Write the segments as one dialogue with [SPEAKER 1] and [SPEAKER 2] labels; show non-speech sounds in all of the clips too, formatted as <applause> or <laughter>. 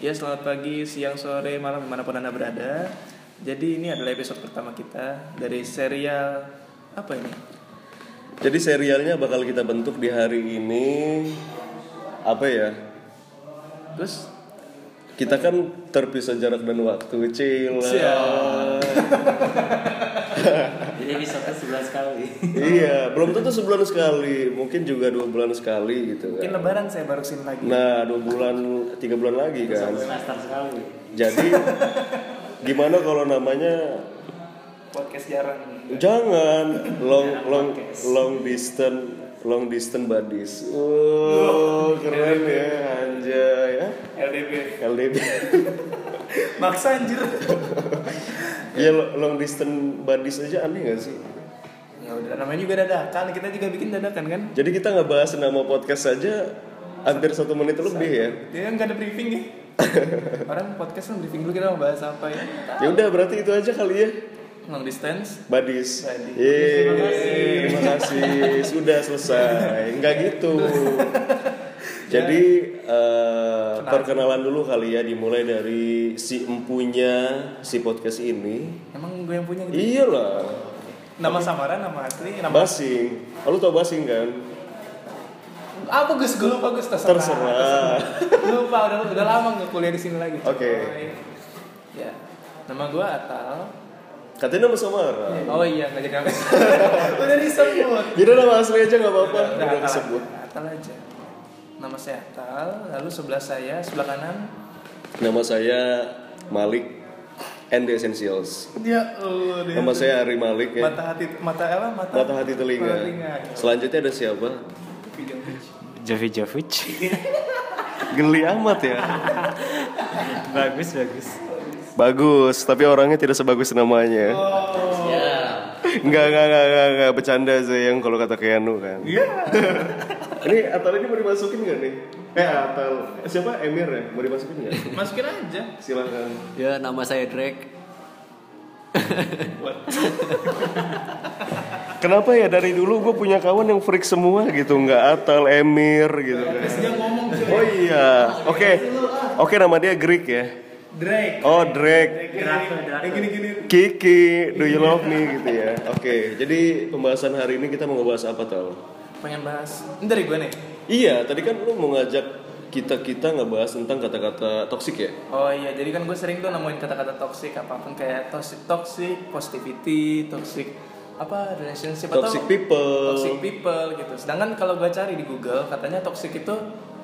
[SPEAKER 1] Ya selamat pagi, siang, sore, malam dimanapun anda berada. Jadi ini adalah episode pertama kita dari serial apa ini?
[SPEAKER 2] Jadi serialnya bakal kita bentuk di hari ini apa ya?
[SPEAKER 1] Terus
[SPEAKER 2] Kita kan terpisah jarak dan waktu, cil.
[SPEAKER 3] Jadi episode sebelas kali.
[SPEAKER 2] <laughs> Iya, belum tentu sebulan sekali, mungkin juga dua bulan sekali gitu
[SPEAKER 1] mungkin
[SPEAKER 2] kan.
[SPEAKER 1] Lebaran saya barusin lagi.
[SPEAKER 2] Nah, dua bulan, tiga bulan lagi kan.
[SPEAKER 3] Semester sekali.
[SPEAKER 2] Jadi gimana kalau namanya
[SPEAKER 1] Podcast jarang.
[SPEAKER 2] jangan long long long distance long distance buddies. Oh, keren ya anjay ya.
[SPEAKER 1] LDB.
[SPEAKER 2] LDB.
[SPEAKER 1] Maksa anjir.
[SPEAKER 2] Ya lo- long distance buddies aja aneh gak sih?
[SPEAKER 1] ya udah namanya juga dadakan, kita juga bikin dadakan kan?
[SPEAKER 2] Jadi kita nggak bahas nama podcast saja hampir satu menit lebih ya.
[SPEAKER 1] Dia kan nggak ada briefing ya. Orang podcast kan briefing dulu kita mau bahas apa ya?
[SPEAKER 2] Ya udah berarti itu aja kali ya.
[SPEAKER 1] Long distance.
[SPEAKER 2] Buddies.
[SPEAKER 1] Buddies.
[SPEAKER 2] Yeay,
[SPEAKER 1] Terima kasih.
[SPEAKER 2] Terima kasih. Sudah selesai. Enggak gitu. Jadi eh, perkenalan dulu kali ya dimulai dari si empunya si podcast ini.
[SPEAKER 1] Emang gue yang punya gitu.
[SPEAKER 2] Iyalah.
[SPEAKER 1] Nama samaran, nama asli, nama
[SPEAKER 2] Basing. Lu tau Basing kan?
[SPEAKER 1] apa Gus? Gue lupa Gus terserah.
[SPEAKER 2] Terserah.
[SPEAKER 1] lupa udah udah lama nggak kuliah di sini lagi coy.
[SPEAKER 2] Oke.
[SPEAKER 1] ya nama gue Atal
[SPEAKER 2] Katanya nama Samara.
[SPEAKER 1] oh iya nggak jadi
[SPEAKER 2] <laughs>
[SPEAKER 1] apa udah disebut
[SPEAKER 2] Jadi nama asli aja nggak apa-apa, udah
[SPEAKER 1] Atal
[SPEAKER 2] disebut.
[SPEAKER 1] aja, Atal aja nama saya Atal lalu sebelah saya sebelah kanan
[SPEAKER 2] Nama saya Malik and the Essentials.
[SPEAKER 1] dia oh
[SPEAKER 2] Nama saya Ari Malik ya.
[SPEAKER 1] mata hati mata apa mata,
[SPEAKER 2] Mata hati telinga. ya. Selanjutnya ada siapa?
[SPEAKER 3] Jovi Jovic.
[SPEAKER 2] Geli amat ya.
[SPEAKER 3] bagus bagus.
[SPEAKER 2] Bagus, tapi orangnya tidak sebagus namanya.
[SPEAKER 3] Ya.
[SPEAKER 2] Enggak, enggak, enggak, enggak, enggak. bercanda saya yang kalau kata Keanu kan.
[SPEAKER 1] Iya.
[SPEAKER 2] <laughs> Ini Atal ini mau dimasukin nggak nih? Eh Atal, siapa Emir ya? Mau dimasukin nggak?
[SPEAKER 1] masukin aja
[SPEAKER 2] Silahkan.
[SPEAKER 3] Ya nama saya Drake.
[SPEAKER 2] Kenapa ya dari dulu gue punya kawan yang freak semua gitu, nggak Atal, Emir gitu kan.
[SPEAKER 1] dia ngomong coy.
[SPEAKER 2] Oh iya, oke, oke nama dia Greek ya.
[SPEAKER 1] Drake
[SPEAKER 2] Oh Drake,
[SPEAKER 1] yang gini gini
[SPEAKER 2] Kiki, do you love me gitu ya. Oke, jadi pembahasan hari ini kita mau ngebahas apa tau?
[SPEAKER 1] pengen bahas ini dari gue nih
[SPEAKER 2] Iya, tadi kan lu mau ngajak kita kita ngebahas tentang kata-kata toksik ya.
[SPEAKER 1] Oh iya, jadi kan gue sering tuh nemuin kata-kata toxic apapun kayak toxic, toxic positivity, toxic apa relationship
[SPEAKER 2] Toxic people.
[SPEAKER 1] toxic people gitu. Sedangkan kalau gue cari di Google katanya toxic itu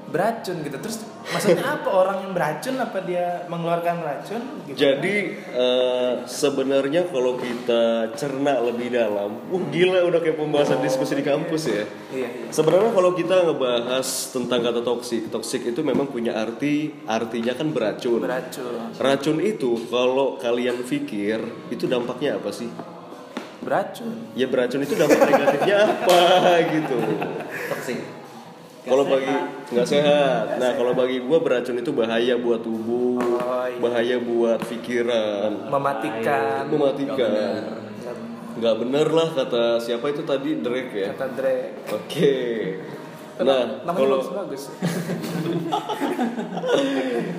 [SPEAKER 1] beracun gitu. Terus maksudnya apa orang yang beracun apa dia mengeluarkan racun? Gitu.
[SPEAKER 2] Jadi eh, sebenarnya kalau kita cerna lebih dalam, wah gila udah kayak pembahasan diskusi di kampus
[SPEAKER 1] Iya,
[SPEAKER 2] ya.
[SPEAKER 1] iya.
[SPEAKER 2] Sebenarnya kalau kita ngebahas tentang kata toksik, toksik itu memang punya arti artinya kan beracun.
[SPEAKER 1] Beracun.
[SPEAKER 2] Racun itu kalau kalian pikir itu dampaknya apa sih?
[SPEAKER 1] Beracun.
[SPEAKER 2] Ya beracun itu dampak negatifnya apa gitu.
[SPEAKER 3] Toxic.
[SPEAKER 2] Kalau bagi nggak sehat. Nah, kalau bagi gua beracun itu bahaya buat tubuh,
[SPEAKER 1] Oh, iya.
[SPEAKER 2] bahaya buat pikiran,
[SPEAKER 1] Mematikan.
[SPEAKER 2] mematikan. Nggak bener lah kata siapa itu tadi Drake ya.
[SPEAKER 1] Kata Drake.
[SPEAKER 2] Oke. Nah,
[SPEAKER 1] namanya
[SPEAKER 2] kalau
[SPEAKER 1] bagus.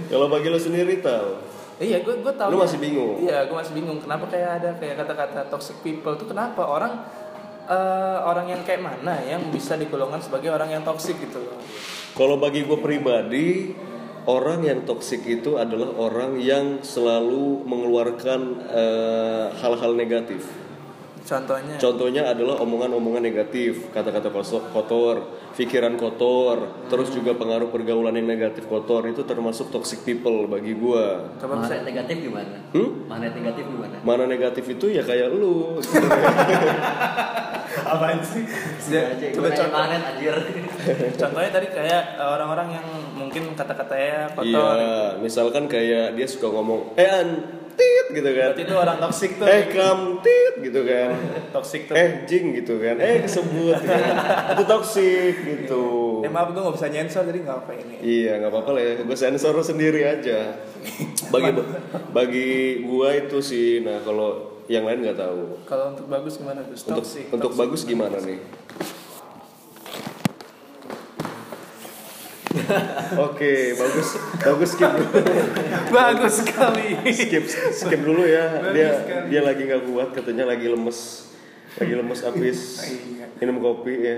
[SPEAKER 2] kalau bagi lo sendiri tau,
[SPEAKER 1] Iya, gue gue tahu.
[SPEAKER 2] Lu masih bingung?
[SPEAKER 1] Iya, gue masih bingung. Kenapa kayak ada kayak kata-kata toxic people tuh kenapa orang eh, orang yang kayak mana ya yang bisa digolongkan sebagai orang yang toxic gitu loh.
[SPEAKER 2] Kalau bagi gue pribadi, orang yang toksik itu adalah orang yang selalu mengeluarkan eh, hal-hal negatif.
[SPEAKER 1] Contohnya
[SPEAKER 2] Contohnya adalah omongan-omongan negatif, kata-kata koso- kotor, pikiran kotor, terus juga pengaruh pergaulan yang negatif kotor itu termasuk toxic people bagi gue.
[SPEAKER 1] coba bisa
[SPEAKER 3] Magnet negatif gimana?
[SPEAKER 2] Hmm?
[SPEAKER 3] Magnet negatif gimana?
[SPEAKER 2] Mana negatif itu ya kayak
[SPEAKER 1] <laughs>
[SPEAKER 2] lu.
[SPEAKER 1] apaan sih? Ya,
[SPEAKER 3] Sudah aja.
[SPEAKER 1] coba
[SPEAKER 3] Coba
[SPEAKER 1] contoh.
[SPEAKER 3] magnet anjir.
[SPEAKER 1] Contohnya tadi kayak eh, orang-orang yang mungkin kata-katanya kotor.
[SPEAKER 2] Iya, misalkan kayak dia suka ngomong, eh an, tit gitu kan.
[SPEAKER 1] Berarti itu orang toxic tuh.
[SPEAKER 2] Eh kam, tit gitu kan.
[SPEAKER 1] toxic tuh. Eh,
[SPEAKER 2] eh jing gitu kan eh kesebut gitu. itu toksik gitu
[SPEAKER 1] Eh, maaf gue gak bisa nyensor jadi gak apa ini.
[SPEAKER 2] iya nggak apa-apa lah ya gue sensor sendiri aja bagi bagi gua itu sih nah kalau yang lain nggak tahu
[SPEAKER 1] Kalau untuk bagus gimana Gus?
[SPEAKER 2] untuk
[SPEAKER 1] Toxic.
[SPEAKER 2] untuk
[SPEAKER 1] toxic.
[SPEAKER 2] bagus gimana nih Oke, bagus. Bagus skip.
[SPEAKER 1] <laughs> Bagus sekali.
[SPEAKER 2] skip skip dulu ya.
[SPEAKER 1] Bagus
[SPEAKER 2] Dia
[SPEAKER 1] sekali.
[SPEAKER 2] dia lagi nggak kuat katanya lagi lemes. Lagi lemes abis
[SPEAKER 1] Iya.
[SPEAKER 2] minum kopi ya.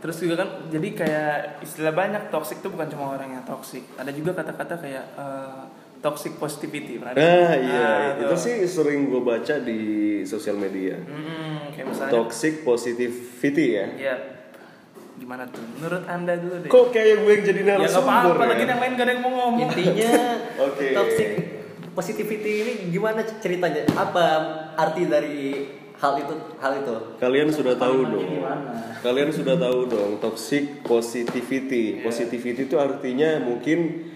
[SPEAKER 1] Terus juga kan jadi kayak istilah banyak toxic tuh bukan cuma orang yang toxic. Ada juga kata-kata kayak eh, toxic positivity. pernah dengar?
[SPEAKER 2] Nah, iya.
[SPEAKER 1] Ah,
[SPEAKER 2] itu sih sering gue baca di sosial media.
[SPEAKER 1] Mm-mm, kayak misalnya
[SPEAKER 2] Toxic positivity ya.
[SPEAKER 1] Iya. Gimana tuh? Menurut Anda dulu deh.
[SPEAKER 2] Kok kayak gue yang jadi
[SPEAKER 1] ya nggak
[SPEAKER 2] narasumber
[SPEAKER 1] apa-apa lagi
[SPEAKER 2] ya?
[SPEAKER 1] yang lain gak ada yang mau ngomong.
[SPEAKER 3] Intinya
[SPEAKER 2] Oke.
[SPEAKER 3] toxic positivity ini gimana ceritanya? Apa arti dari hal itu? Hal itu?
[SPEAKER 2] Kalian sudah tahu dong. Kalian sudah tahu dong toxic
[SPEAKER 3] Iya.
[SPEAKER 2] positivity. Positivity itu artinya mungkin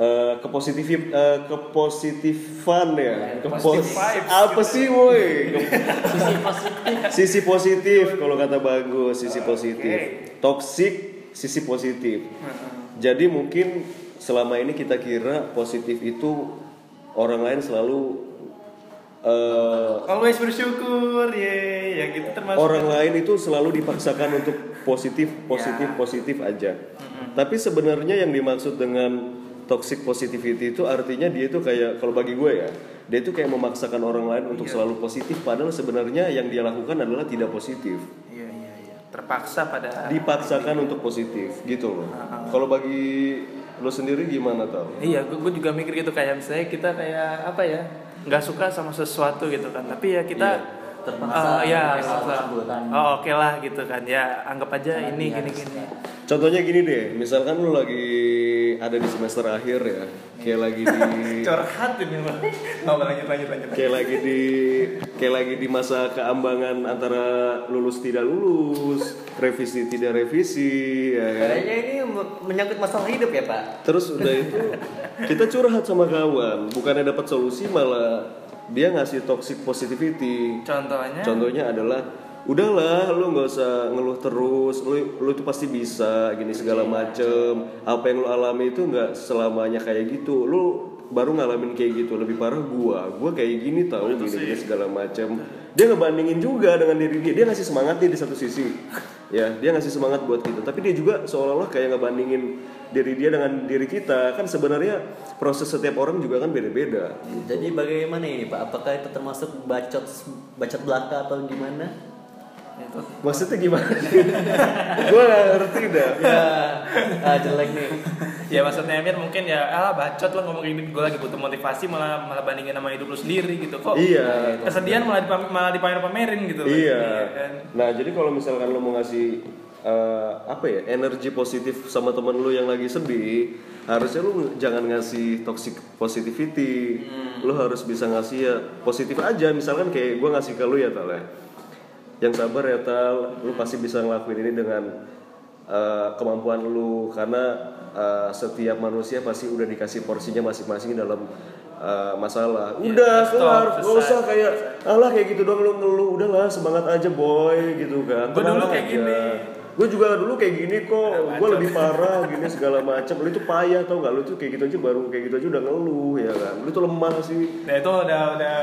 [SPEAKER 2] eh, kepositif eh, kepositifan ya.
[SPEAKER 3] Iya,
[SPEAKER 2] Kepos
[SPEAKER 1] positive vibes
[SPEAKER 2] apa sih woi? Ke-
[SPEAKER 3] gitu. Sisi positif.
[SPEAKER 2] sisi positif kalau kata bagus, sisi positif. Toxic sisi positif. Jadi mungkin selama ini kita kira positif itu orang lain selalu eh,
[SPEAKER 1] Always bersyukur, ye, ya gitu termasuk.
[SPEAKER 2] orang lain itu selalu dipaksakan untuk positif, positif, positif aja. Tapi sebenarnya yang dimaksud dengan toxic positivity itu artinya dia itu kayak kalau bagi gue ya, dia itu kayak memaksakan orang lain untuk selalu positif padahal sebenarnya yang dia lakukan adalah tidak positif.
[SPEAKER 1] Iya iya iya. Terpaksa pada.
[SPEAKER 2] Dipaksakan untuk positif gitu loh. Kalau bagi lo sendiri gimana tau?
[SPEAKER 1] Iya, gue, gue juga mikir gitu kayak misalnya kita kayak apa ya? Nggak suka sama sesuatu gitu kan. Tapi ya kita
[SPEAKER 3] Terpaksa
[SPEAKER 1] eh, ya,
[SPEAKER 3] terpaksa
[SPEAKER 1] terpaksa.
[SPEAKER 3] tersebut.
[SPEAKER 1] Oh oke lah gitu kan. Ya anggap aja ini gini gini.
[SPEAKER 2] Contohnya gini deh, misalkan lo lagi ada di semester akhir ya, kayak lagi di
[SPEAKER 1] Curhat ini mah. Oh, lanjut lanjut lanjut.
[SPEAKER 2] kayak lagi di kayak lagi di masa keambangan antara lulus tidak lulus revisi tidak revisi ya kan?
[SPEAKER 3] Kayaknya ini me- menyangkut masalah hidup ya Pak.
[SPEAKER 2] terus udah itu kita curhat sama kawan bukannya dapat solusi malah dia ngasih toxic positivity
[SPEAKER 1] Contohnya.
[SPEAKER 2] contohnya adalah udahlah lu nggak usah ngeluh terus lu lu tuh pasti bisa gini segala macem apa yang lu alami itu nggak selamanya kayak gitu lu baru ngalamin kayak gitu lebih parah gua gua kayak gini tau gini, gini segala macem dia ngebandingin juga dengan diri dia dia ngasih semangat nih di satu sisi ya dia ngasih semangat buat kita tapi dia juga seolah-olah kayak ngebandingin diri dia dengan diri kita kan sebenarnya proses setiap orang juga kan beda-beda
[SPEAKER 3] Jadi bagaimana ini Pak? Apakah itu termasuk bacot bacot belaka atau gimana?
[SPEAKER 1] Itu.
[SPEAKER 2] maksudnya gimana <laughs> gua nggak ngerti dah
[SPEAKER 3] Ya, ah, jelek nih.
[SPEAKER 1] Ya maksudnya Emir mungkin ya ah bacot lo ngomong gini gue lagi butuh motivasi malah malah bandingin sama hidup lo sendiri gitu kok.
[SPEAKER 2] Iya.
[SPEAKER 1] Kesedihan malah dipam- malah dipamer-pamerin gitu. loh.
[SPEAKER 2] Iya.
[SPEAKER 1] kan?
[SPEAKER 2] Nah, jadi kalau misalkan lo mau ngasih eh, apa ya energi positif sama temen lo yang lagi sedih, harusnya lo jangan ngasih toxic positivity. Lo harus bisa ngasih ya positif aja. Misalkan kayak gue ngasih ke lo ya Tal ya. Yang sabar ya Tal, lo pasti bisa ngelakuin ini dengan eh, kemampuan lo karena eh, setiap manusia pasti udah dikasih porsinya masing-masing dalam eh, masalah.
[SPEAKER 1] Iya,
[SPEAKER 2] Udah
[SPEAKER 1] stop,
[SPEAKER 2] kelar, gak
[SPEAKER 1] selesai.
[SPEAKER 2] usah kayak alah kayak gitu doang lu ngeluh udahlah semangat aja boy gitu kan
[SPEAKER 1] Gua dulu kayak gini.
[SPEAKER 2] gue juga dulu kayak gini kok gue lebih parah gini segala macam lu itu payah tau gak lu tuh kayak gitu aja baru kayak gitu aja udah ngeluh ya kan lu tuh lemah sih
[SPEAKER 1] Nah itu udah udah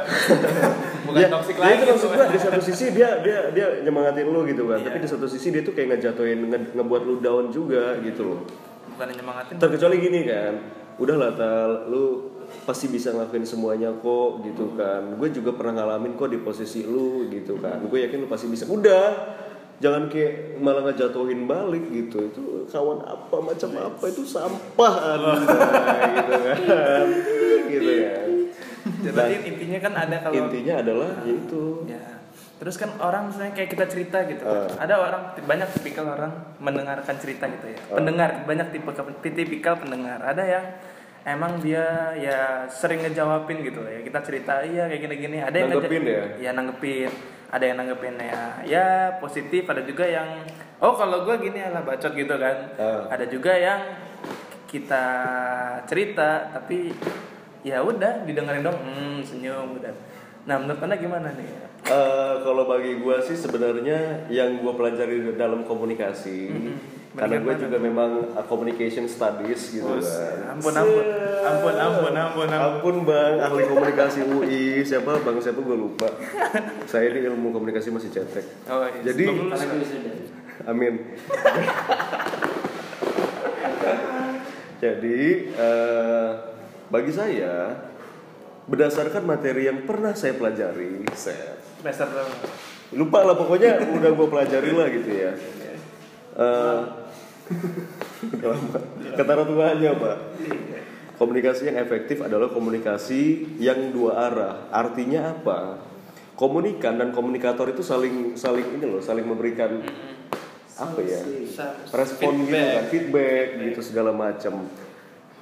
[SPEAKER 1] bukan
[SPEAKER 2] Ya,
[SPEAKER 1] toxic
[SPEAKER 2] dia
[SPEAKER 1] lagi Iya.
[SPEAKER 2] itu maksud
[SPEAKER 1] tuh.
[SPEAKER 2] gua, di satu sisi dia dia dia nyemangatin lu gitu kan tapi di satu sisi dia tuh kayak ngejatuhin nge- ngebuat lu down juga gitu loh
[SPEAKER 1] bukan nyemangatin
[SPEAKER 2] terkecuali gini kan udahlah tal lu pasti bisa ngelakuin semuanya kok gitu kan gue juga pernah ngalamin kok di posisi lu gitu kan gue yakin lu pasti bisa udah jangan kayak malah ngejatuhin balik gitu itu kawan apa macam apa itu sampah Anda, gitu
[SPEAKER 1] <laughs>
[SPEAKER 2] kan gitu kan
[SPEAKER 1] Jadi intinya kan ada kalau
[SPEAKER 2] intinya adalah ya itu
[SPEAKER 1] ya terus kan orang misalnya kayak kita cerita gitu kan.
[SPEAKER 2] Eh.
[SPEAKER 1] ada orang banyak tipikal orang mendengarkan cerita gitu ya pendengar banyak tipe tipikal pendengar ada yang emang dia ya sering ngejawabin gitu ya kita cerita iya kayak gini-gini ada yang
[SPEAKER 2] Nanggepin ya?
[SPEAKER 1] ya nanggepin ada yang nanggepin ya ya positif ada juga yang oh kalau gue gini lah bacot gitu kan
[SPEAKER 2] Eh.
[SPEAKER 1] ada juga yang kita cerita tapi ya udah didengerin dong hmm, senyum udah nah menurut anda gimana nih
[SPEAKER 2] Eh, kalau bagi gua sih sebenarnya yang gua pelajari di dalam komunikasi
[SPEAKER 1] Mm-hmm.
[SPEAKER 2] karena gue juga memang uh, communication studies gitu
[SPEAKER 1] Terus,
[SPEAKER 2] kan.
[SPEAKER 1] ampun, ampun. Ampun, ampun, ampun, ampun.
[SPEAKER 2] Ampun, bang ahli komunikasi UI siapa bang siapa gue
[SPEAKER 1] <laughs>
[SPEAKER 2] lupa saya ini ilmu komunikasi masih cetek
[SPEAKER 1] oh, iya.
[SPEAKER 2] Jadi-
[SPEAKER 1] Sebelum <laughs> lulus.
[SPEAKER 2] amin Jadi eh, bagi saya berdasarkan materi yang pernah saya pelajari, saya
[SPEAKER 1] Semester berapa?
[SPEAKER 2] lupa lah pokoknya udah gue pelajari lah gitu ya. Eh, lama. Kata ratuannya pak. Komunikasi yang efektif adalah komunikasi yang dua arah. Artinya apa? Komunikan dan komunikator itu saling saling ini loh, saling memberikan apa ya? respon gitu kan, feedback gitu segala macam.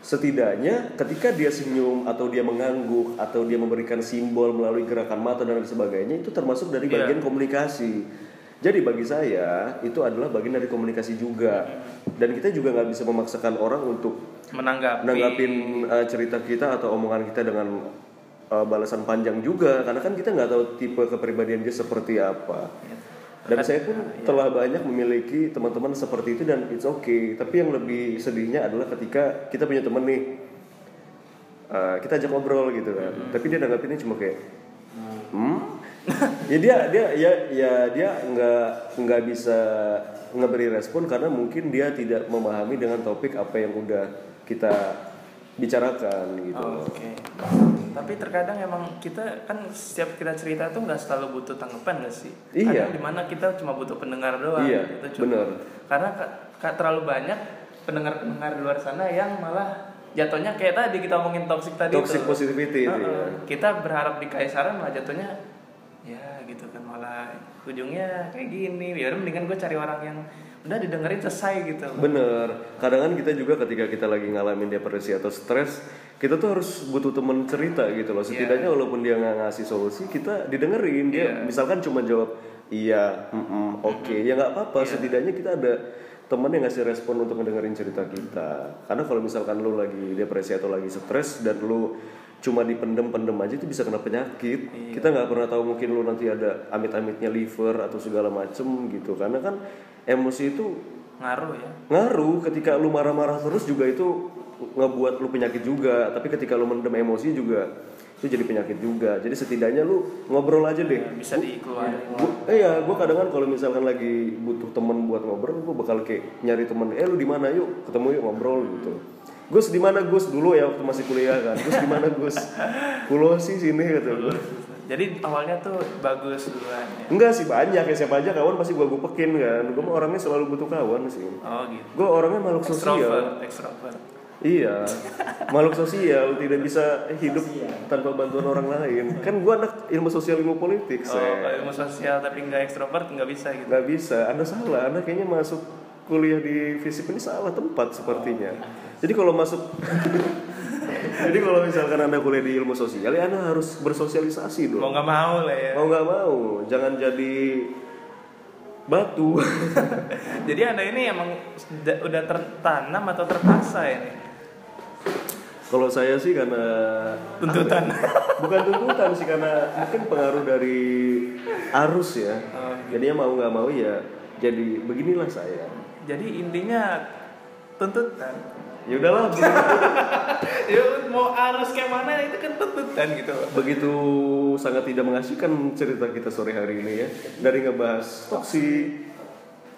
[SPEAKER 2] Setidaknya ketika dia senyum atau dia mengangguk atau dia memberikan simbol melalui gerakan mata dan lain sebagainya itu termasuk dari
[SPEAKER 1] Iya.
[SPEAKER 2] bagian komunikasi. Jadi bagi saya itu adalah bagian dari komunikasi juga. Dan kita juga nggak bisa memaksakan orang untuk
[SPEAKER 1] Menanggapi.
[SPEAKER 2] menanggapin uh, cerita kita atau omongan kita dengan uh, balasan panjang juga karena kan kita nggak tahu tipe kepribadian dia seperti apa dan saya pun telah banyak memiliki teman-teman seperti itu dan it's okay tapi yang lebih sedihnya adalah ketika kita punya temen nih uh, kita ajak ngobrol gitu kan tapi dia nanggapinnya cuma kayak
[SPEAKER 1] Nah.
[SPEAKER 2] hmm ya dia dia ya ya dia nggak nggak bisa ngeberi respon karena mungkin dia tidak memahami dengan topik apa yang udah kita bicarakan gitu
[SPEAKER 1] Oh, Oke. Tapi terkadang emang kita kan setiap kita cerita tuh nggak selalu butuh tanggapan nggak sih?
[SPEAKER 2] Iya.
[SPEAKER 1] Kadang dimana kita cuma butuh pendengar doang.
[SPEAKER 2] Iya,
[SPEAKER 1] Itu cukup.
[SPEAKER 2] benar.
[SPEAKER 1] Karena ka- ka- terlalu banyak pendengar-pendengar di luar sana yang malah jatuhnya kayak tadi kita ngomongin toxic tadi
[SPEAKER 2] toxic
[SPEAKER 1] tuh.
[SPEAKER 2] positivity itu ya
[SPEAKER 1] Heeh. Kita berharap di kaisaran malah jatuhnya ya gitu kan malah ujungnya kayak gini. Ya udah mendingan gue cari orang yang udah didengerin selesai gitu.
[SPEAKER 2] Iya, Bener, kadang kan kita juga ketika kita lagi ngalamin depresi atau stres Kita tuh harus butuh temen cerita gitu loh Setidaknya walaupun dia nggak ngasih solusi, kita didengerin Dia misalkan cuma jawab, iya, mm-mm, oke Ya nggak apa-apa, setidaknya kita ada temen yang ngasih respon untuk ngedengerin cerita kita Karena kalau misalkan lu lagi depresi atau lagi stres Dan lu cuma dipendem-pendem aja itu bisa kena penyakit kita nggak pernah tahu mungkin lu nanti ada amit-amitnya liver atau segala macem gitu karena kan emosi itu
[SPEAKER 1] Ngaruh ya.
[SPEAKER 2] ngaruh ketika lu marah-marah terus juga itu ngebuat lu penyakit juga tapi ketika lu mendem emosi juga itu jadi penyakit juga jadi setidaknya lu ngobrol aja deh
[SPEAKER 1] Iya, Bisa dikeluarin.
[SPEAKER 2] Gua- eh ya gue kadang kan kalau misalkan lagi butuh temen buat ngobrol gue bakal kayak nyari temen eh lu di mana yuk ketemu yuk ngobrol gitu Gus di mana Gus dulu ya waktu masih kuliah kan Gus di mana
[SPEAKER 1] <laughs>
[SPEAKER 2] Gus kulo sih sini kata gue
[SPEAKER 1] Jadi awalnya tuh bagus duluan ya.
[SPEAKER 2] enggak sih banyak ya siapa aja kawan pasti gue gupekin kan gue mah orangnya selalu butuh kawan sih
[SPEAKER 1] Oh gitu.
[SPEAKER 2] gue orangnya makhluk sosial
[SPEAKER 1] Extrovert, extrovert.
[SPEAKER 2] Iya, makhluk sosial tidak bisa hidup tanpa bantuan orang lain. Kan gua anak ilmu sosial ilmu politik,
[SPEAKER 1] Oh, kalau
[SPEAKER 2] saya
[SPEAKER 1] ilmu sosial tapi nggak extrovert nggak bisa gitu.
[SPEAKER 2] nggak bisa. Anda salah, Anda kayaknya masuk kuliah di FISIP ini salah tempat sepertinya. Jadi kalau masuk, <laughs> jadi kalau misalkan Anda kuliah di ilmu sosial, ya Anda harus bersosialisasi dong.
[SPEAKER 1] Mau nggak mau lah ya.
[SPEAKER 2] Mau nggak mau, jangan jadi batu.
[SPEAKER 1] <laughs> Jadi anda ini emang sudah- udah tertanam atau terpaksa ini
[SPEAKER 2] kalau saya sih karena ya?
[SPEAKER 1] tuntutan.
[SPEAKER 2] bukan tuntutan sih karena mungkin pengaruh dari arus ya
[SPEAKER 1] Oh, gitu.
[SPEAKER 2] jadi mau nggak mau ya jadi beginilah saya
[SPEAKER 1] Jadi intinya tuntutan.
[SPEAKER 2] ya udahlah begitu-
[SPEAKER 1] Ya mau arus kayak mana itu kan tuntutan gitu. loh.
[SPEAKER 2] begitu sangat tidak mengasihkan cerita kita sore hari ini ya dari ngebahas toksi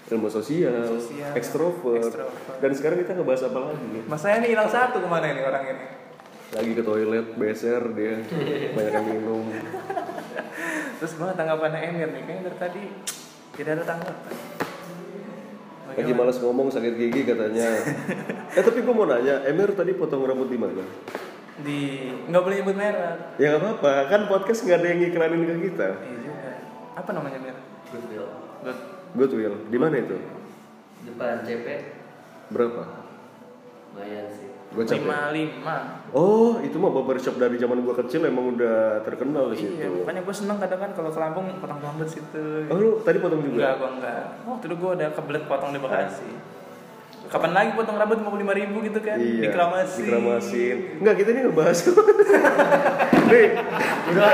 [SPEAKER 2] ilmu sosial,
[SPEAKER 1] Sosial,
[SPEAKER 2] ekstrovert,
[SPEAKER 1] ekstrovert.
[SPEAKER 2] dan sekarang kita ngebahas apa lagi
[SPEAKER 1] Mas saya ini hilang satu kemana ini orang ini?
[SPEAKER 2] lagi ke toilet beser
[SPEAKER 1] <laughs>
[SPEAKER 2] dia banyak yang minum
[SPEAKER 1] Terus gimana tanggapan Emir nih? Kayaknya dari tadi tidak ada tanggapan.
[SPEAKER 2] lagi malas ngomong sakit gigi katanya eh tapi gue mau nanya Emir tadi potong rambut di mana
[SPEAKER 1] Di nggak boleh nyebut merek.
[SPEAKER 2] Ya gak apa-apa, kan podcast gak ada yang ngiklanin ke kita
[SPEAKER 1] Iya juga. Apa namanya Mir?
[SPEAKER 3] Goodwill.
[SPEAKER 1] Good.
[SPEAKER 2] Goodwill, di mana itu?
[SPEAKER 3] Depan CP
[SPEAKER 2] Berapa?
[SPEAKER 3] lumayan sih.
[SPEAKER 2] Gue
[SPEAKER 1] Lima lima.
[SPEAKER 2] Oh, itu mah barbershop dari zaman gue kecil emang udah terkenal di
[SPEAKER 1] Iya,
[SPEAKER 2] situ
[SPEAKER 1] makanya gue seneng kadang kan kalau ke Lampung potong rambut situ.
[SPEAKER 2] Gitu. Oh, lu tadi potong
[SPEAKER 1] Enggak,
[SPEAKER 2] juga?
[SPEAKER 1] gue enggak. Waktu itu gue udah kebelet potong di Bekasi. Kapan lagi potong rambut 55 ribu gitu kan?
[SPEAKER 2] Iya,
[SPEAKER 1] Dikramasi.
[SPEAKER 2] dikeramasin. Enggak, kita ini ngebahas <laughs> Nih, Ya,
[SPEAKER 3] Udah.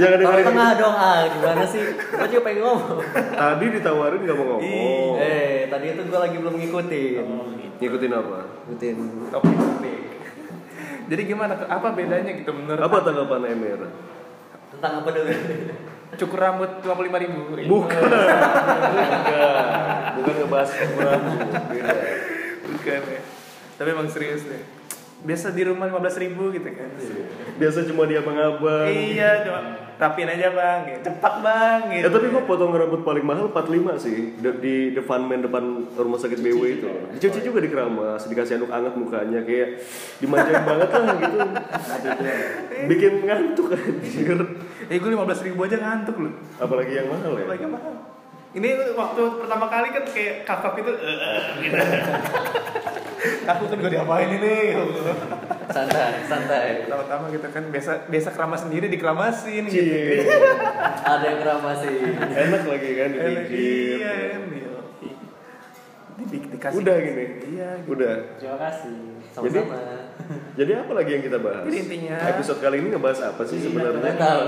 [SPEAKER 2] yang ada
[SPEAKER 3] Taruh
[SPEAKER 2] kali
[SPEAKER 3] tengah dong ah gimana sih? Gue juga pengen ngomong.
[SPEAKER 2] Tadi ditawarin gak mau ngomong
[SPEAKER 1] Iya.
[SPEAKER 3] Eh tadi itu gue lagi belum ngikutin.
[SPEAKER 2] Oh, Ngikutin apa?
[SPEAKER 3] Ngikutin.
[SPEAKER 1] Topik. Jadi gimana? Apa bedanya gitu menurut?
[SPEAKER 2] Apa tanggapan Emir?
[SPEAKER 3] Tentang apa dulu?
[SPEAKER 1] Cukur rambut 55 ribu.
[SPEAKER 2] Bukan Bukan Bukan ngebahas rambut Beda.
[SPEAKER 1] Bukan ya. Tapi tapi emang serius deh biasa di rumah 15.000 ribu gitu kan
[SPEAKER 2] Iya. Biasa cuma dia abang-abang.
[SPEAKER 1] iya coba rapiin aja bang gitu. cepat bang gitu
[SPEAKER 2] Ya tapi gue potong rambut paling mahal 45 sih di, di depan men depan rumah sakit BW itu. Dicuci juga di keramas, dikasih anduk anget mukanya kayak dimanjain banget lah gitu. Bikin ngantuk anjir.
[SPEAKER 1] eh gue 15.000 aja ngantuk loh
[SPEAKER 2] Apalagi yang mahal ya.
[SPEAKER 1] Apalagi mahal. Ini waktu pertama kali kan kayak kakak itu
[SPEAKER 2] <laughs>
[SPEAKER 1] gitu. Takut kan gue diapain ini gitu.
[SPEAKER 3] santai santai
[SPEAKER 1] Pertama-tama gitu kan biasa biasa keramas sendiri dikeramasin gitu.
[SPEAKER 2] Cie.
[SPEAKER 3] ada yang keramasi
[SPEAKER 2] Enak lagi kan
[SPEAKER 1] Eh,
[SPEAKER 2] dipikir.
[SPEAKER 1] Iya, iya. Di- dikasih
[SPEAKER 2] Udah ya? gini.
[SPEAKER 1] Iya. gitu.
[SPEAKER 2] Udah.
[SPEAKER 3] terima kasih sama-sama
[SPEAKER 2] Jadi apa lagi yang kita bahas?
[SPEAKER 1] Jadi intinya- Iya,
[SPEAKER 2] episode kali ini ngebahas apa sih sebenarnya?
[SPEAKER 3] nggak tahu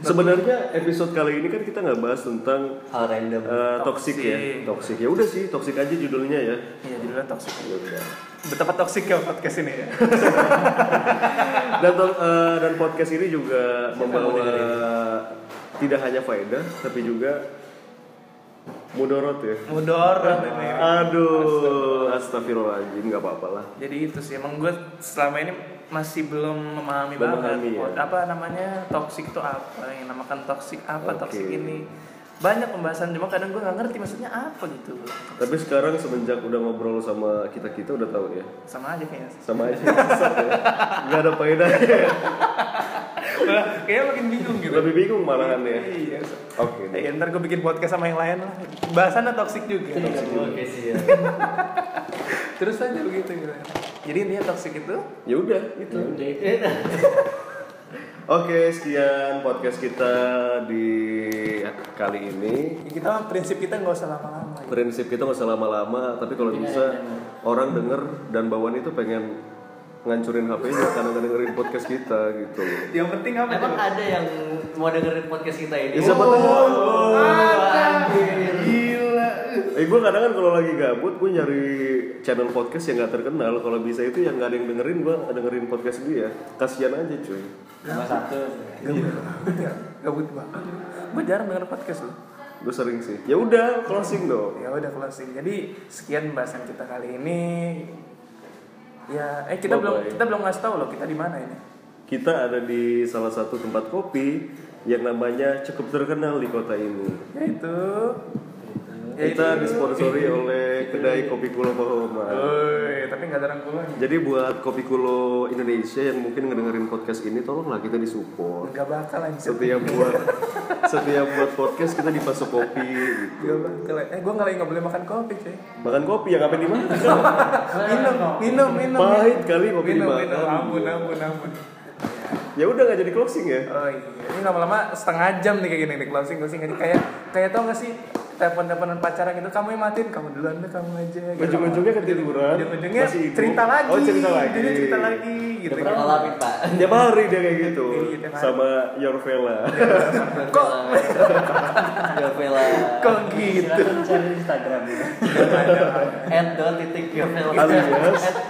[SPEAKER 2] Sebenarnya episode kali ini kan kita nggak bahas tentang
[SPEAKER 3] hal random
[SPEAKER 2] eh, toxic ya,
[SPEAKER 1] Toxic.
[SPEAKER 2] toxic ya udah sih, toxic aja judulnya ya.
[SPEAKER 1] Iya, judulnya toxic.
[SPEAKER 2] Ya udah.
[SPEAKER 1] Betapa toksik ya podcast ini ya.
[SPEAKER 2] dan eh, dan podcast ini juga membawa tidak hanya faedah tapi juga mudorot ya.
[SPEAKER 1] Mudorot ini.
[SPEAKER 2] Aduh, astagfirullahaladzim, nggak apa-apa lah.
[SPEAKER 1] Jadi itu sih emang gue selama ini masih belum memahami
[SPEAKER 2] Belum
[SPEAKER 1] banget
[SPEAKER 2] memahami, ya.
[SPEAKER 1] apa namanya toksik itu apa yang namakan toksik apa
[SPEAKER 2] Oke.
[SPEAKER 1] toksik ini banyak pembahasan cuma kadang gue nggak ngerti maksudnya apa gitu
[SPEAKER 2] Tapi sekarang semenjak udah ngobrol sama kita kita udah tahu ya,
[SPEAKER 1] sama aja kayaknya
[SPEAKER 2] sama aja sesat ya. nggak ada faedahnya.
[SPEAKER 1] Malah kayaknya makin bingung gitu
[SPEAKER 2] Lebih bingung malahan ya.
[SPEAKER 1] iya
[SPEAKER 2] Oke. deh.
[SPEAKER 1] ya, ntar gue bikin podcast sama yang lain lah bahasannya toksik juga
[SPEAKER 3] oke
[SPEAKER 2] <laughs>
[SPEAKER 1] Iya.
[SPEAKER 3] sih ya
[SPEAKER 1] terus aja begitu gitu jadi intinya toksik itu
[SPEAKER 2] Ya udah, itu.
[SPEAKER 1] Iya.
[SPEAKER 2] Oke, sekian podcast kita di kali ini.
[SPEAKER 1] ya kita mah prinsip kita nggak usah lama-lama gitu.
[SPEAKER 2] Prinsip kita nggak usah lama-lama, tapi kalau bisa orang denger dan bawaan itu pengen ngancurin HP-nya karena nggak dengerin podcast kita gitu. loh.
[SPEAKER 1] yang penting apa
[SPEAKER 3] emang
[SPEAKER 1] coba?
[SPEAKER 3] ada yang mau dengerin podcast kita
[SPEAKER 2] Ya,
[SPEAKER 3] ini
[SPEAKER 2] siapa tahu.
[SPEAKER 3] Oh, anjir.
[SPEAKER 1] gila
[SPEAKER 2] Eh gue kadang kan kalau lagi gabut gue nyari channel podcast yang nggak terkenal kalau bisa itu yang nggak ada yang dengerin gue dengerin podcast dia kasihan aja cuy
[SPEAKER 3] nomor satu
[SPEAKER 2] Iya.
[SPEAKER 1] Gabut banget. Gabut banget. Gue jarang denger podcast loh.
[SPEAKER 2] gue sering sih ya udah closing dong
[SPEAKER 1] Ya udah closing. Jadi sekian bahasan kita kali ini. Ya, eh kita belum
[SPEAKER 2] Bye-bye.
[SPEAKER 1] kita belum ngasih tahu loh kita di mana ini.
[SPEAKER 2] kita ada di salah satu tempat kopi yang namanya cukup terkenal di kota ini
[SPEAKER 1] Yaitu
[SPEAKER 2] kita disponsori oleh kedai kopi Kulo Pahoma.
[SPEAKER 1] Woi, tapi nggak jarang pulang.
[SPEAKER 2] Jadi buat kopi Kulo Indonesia yang mungkin ngedengerin podcast ini tolonglah kita disupport.
[SPEAKER 1] Nggak bakal anjir.
[SPEAKER 2] Setiap buat setiap buat podcast kita dipasok kopi gitu.
[SPEAKER 1] Nggak bakal. Eh, gue nggak lagi nggak boleh makan kopi, cuy.
[SPEAKER 2] Makan kopi yang apa di mana?
[SPEAKER 1] Minum, minum, minum.
[SPEAKER 2] Pahit kali kopi
[SPEAKER 1] Minum,
[SPEAKER 2] dimakan.
[SPEAKER 1] minum. Ampun, ampun, ampun.
[SPEAKER 2] <laughs> Ya udah nggak jadi closing ya.
[SPEAKER 1] Oh iya, ini lama-lama setengah jam nih kayak gini nih closing closing aja kayak kayak tau gak sih telepon teleponan pacaran gitu kamu yang matiin kamu duluan deh kamu aja. Gitu.
[SPEAKER 2] Ujung-ujungnya ketiduran.
[SPEAKER 1] Ujung-ujungnya
[SPEAKER 2] kan? masih hidup.
[SPEAKER 1] cerita lagi.
[SPEAKER 2] Oh, cerita lagi.
[SPEAKER 1] Jadi cerita lagi gitu.
[SPEAKER 3] udah pernah ngalamin pak
[SPEAKER 2] Tiap hari dia kayak gitu
[SPEAKER 1] Iya, tiap hari.
[SPEAKER 2] sama Yorvela.
[SPEAKER 1] Kok
[SPEAKER 3] Yovela
[SPEAKER 1] kok gitu?
[SPEAKER 4] Silahkan cari Instagram
[SPEAKER 3] ya. at dot titik Yovela
[SPEAKER 2] Alias.
[SPEAKER 3] At-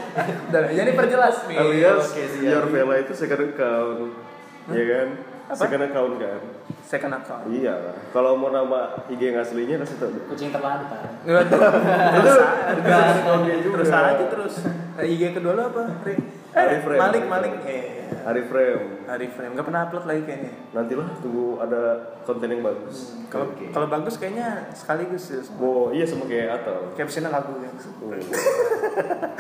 [SPEAKER 1] Dan jadi ya perjelas nih.
[SPEAKER 2] Iya, Alias
[SPEAKER 3] oke, siap.
[SPEAKER 2] Yorvela itu second account. Ya kan? Second account kan.
[SPEAKER 1] Saya kena kau.
[SPEAKER 2] Iya lah. Kalau mau nama IG yang aslinya kasih tau. dong.
[SPEAKER 4] Kucing terlantar
[SPEAKER 1] Terus
[SPEAKER 3] Terus
[SPEAKER 2] account dia juga.
[SPEAKER 1] terus aja terus. Eh, IG kedua lo apa? Ri? Eh,
[SPEAKER 2] Arif Rem.
[SPEAKER 1] Malik Malik. Eh,
[SPEAKER 2] Arif Rem.
[SPEAKER 1] Arif Rem nggak pernah upload lagi kayaknya.
[SPEAKER 2] Nantilah tunggu ada konten yang bagus.
[SPEAKER 1] Kalau kalau bagus kayaknya sekaligus ya. semua.
[SPEAKER 2] Oh iya sama kayak <laughs> Atal.
[SPEAKER 1] Captionnya lagu yang
[SPEAKER 2] Hmm.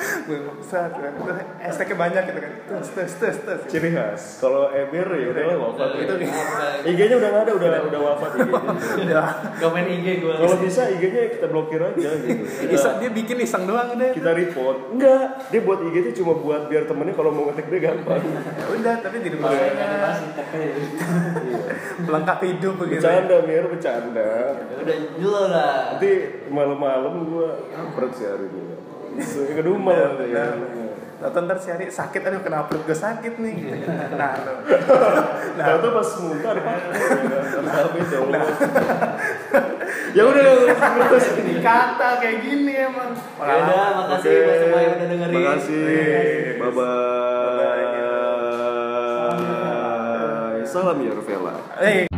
[SPEAKER 1] gue maksud eh, hashtagnya banyak gitu kan terus terus terus terus
[SPEAKER 2] Ciri khas. Kalau Emir ya udah lah, wafat.
[SPEAKER 3] itu apa?
[SPEAKER 2] IG-nya udah nggak ada, udah udah wafat IG-nya.
[SPEAKER 1] <laughs>
[SPEAKER 3] komen IG gue
[SPEAKER 2] Kalau bisa IG-nya kita blokir aja gitu.
[SPEAKER 1] iseng dia bikin iseng doang deh
[SPEAKER 2] Kita report. Enggak, dia buat IG itu cuma buat biar temennya kalau mau ngetik dia gampang.
[SPEAKER 1] ya udah tapi jadi
[SPEAKER 4] Masih
[SPEAKER 1] makanya
[SPEAKER 4] terkejut
[SPEAKER 1] <laughs> pelengkap hidup begitu
[SPEAKER 2] Bercanda Mir, bercanda.
[SPEAKER 3] udah dulu lah
[SPEAKER 2] Nanti malam-malam gua upload sih hari ini. So, Kedumel nanti ya.
[SPEAKER 1] Tonton ntar si Ari sakit, aduh kena perut gue sakit nih gitu. Nah, lo.
[SPEAKER 2] Nah, itu pas muntah ada pakai. Habis ya <laughs> Allah. Ya udah, ya udah.
[SPEAKER 1] dikata kayak gini emang
[SPEAKER 3] ya
[SPEAKER 1] Iya.
[SPEAKER 3] udah makasih
[SPEAKER 2] Oke.
[SPEAKER 3] buat semua yang udah dengerin
[SPEAKER 2] Makasih. Bye bye. Salam ya Rufella.
[SPEAKER 1] Eh,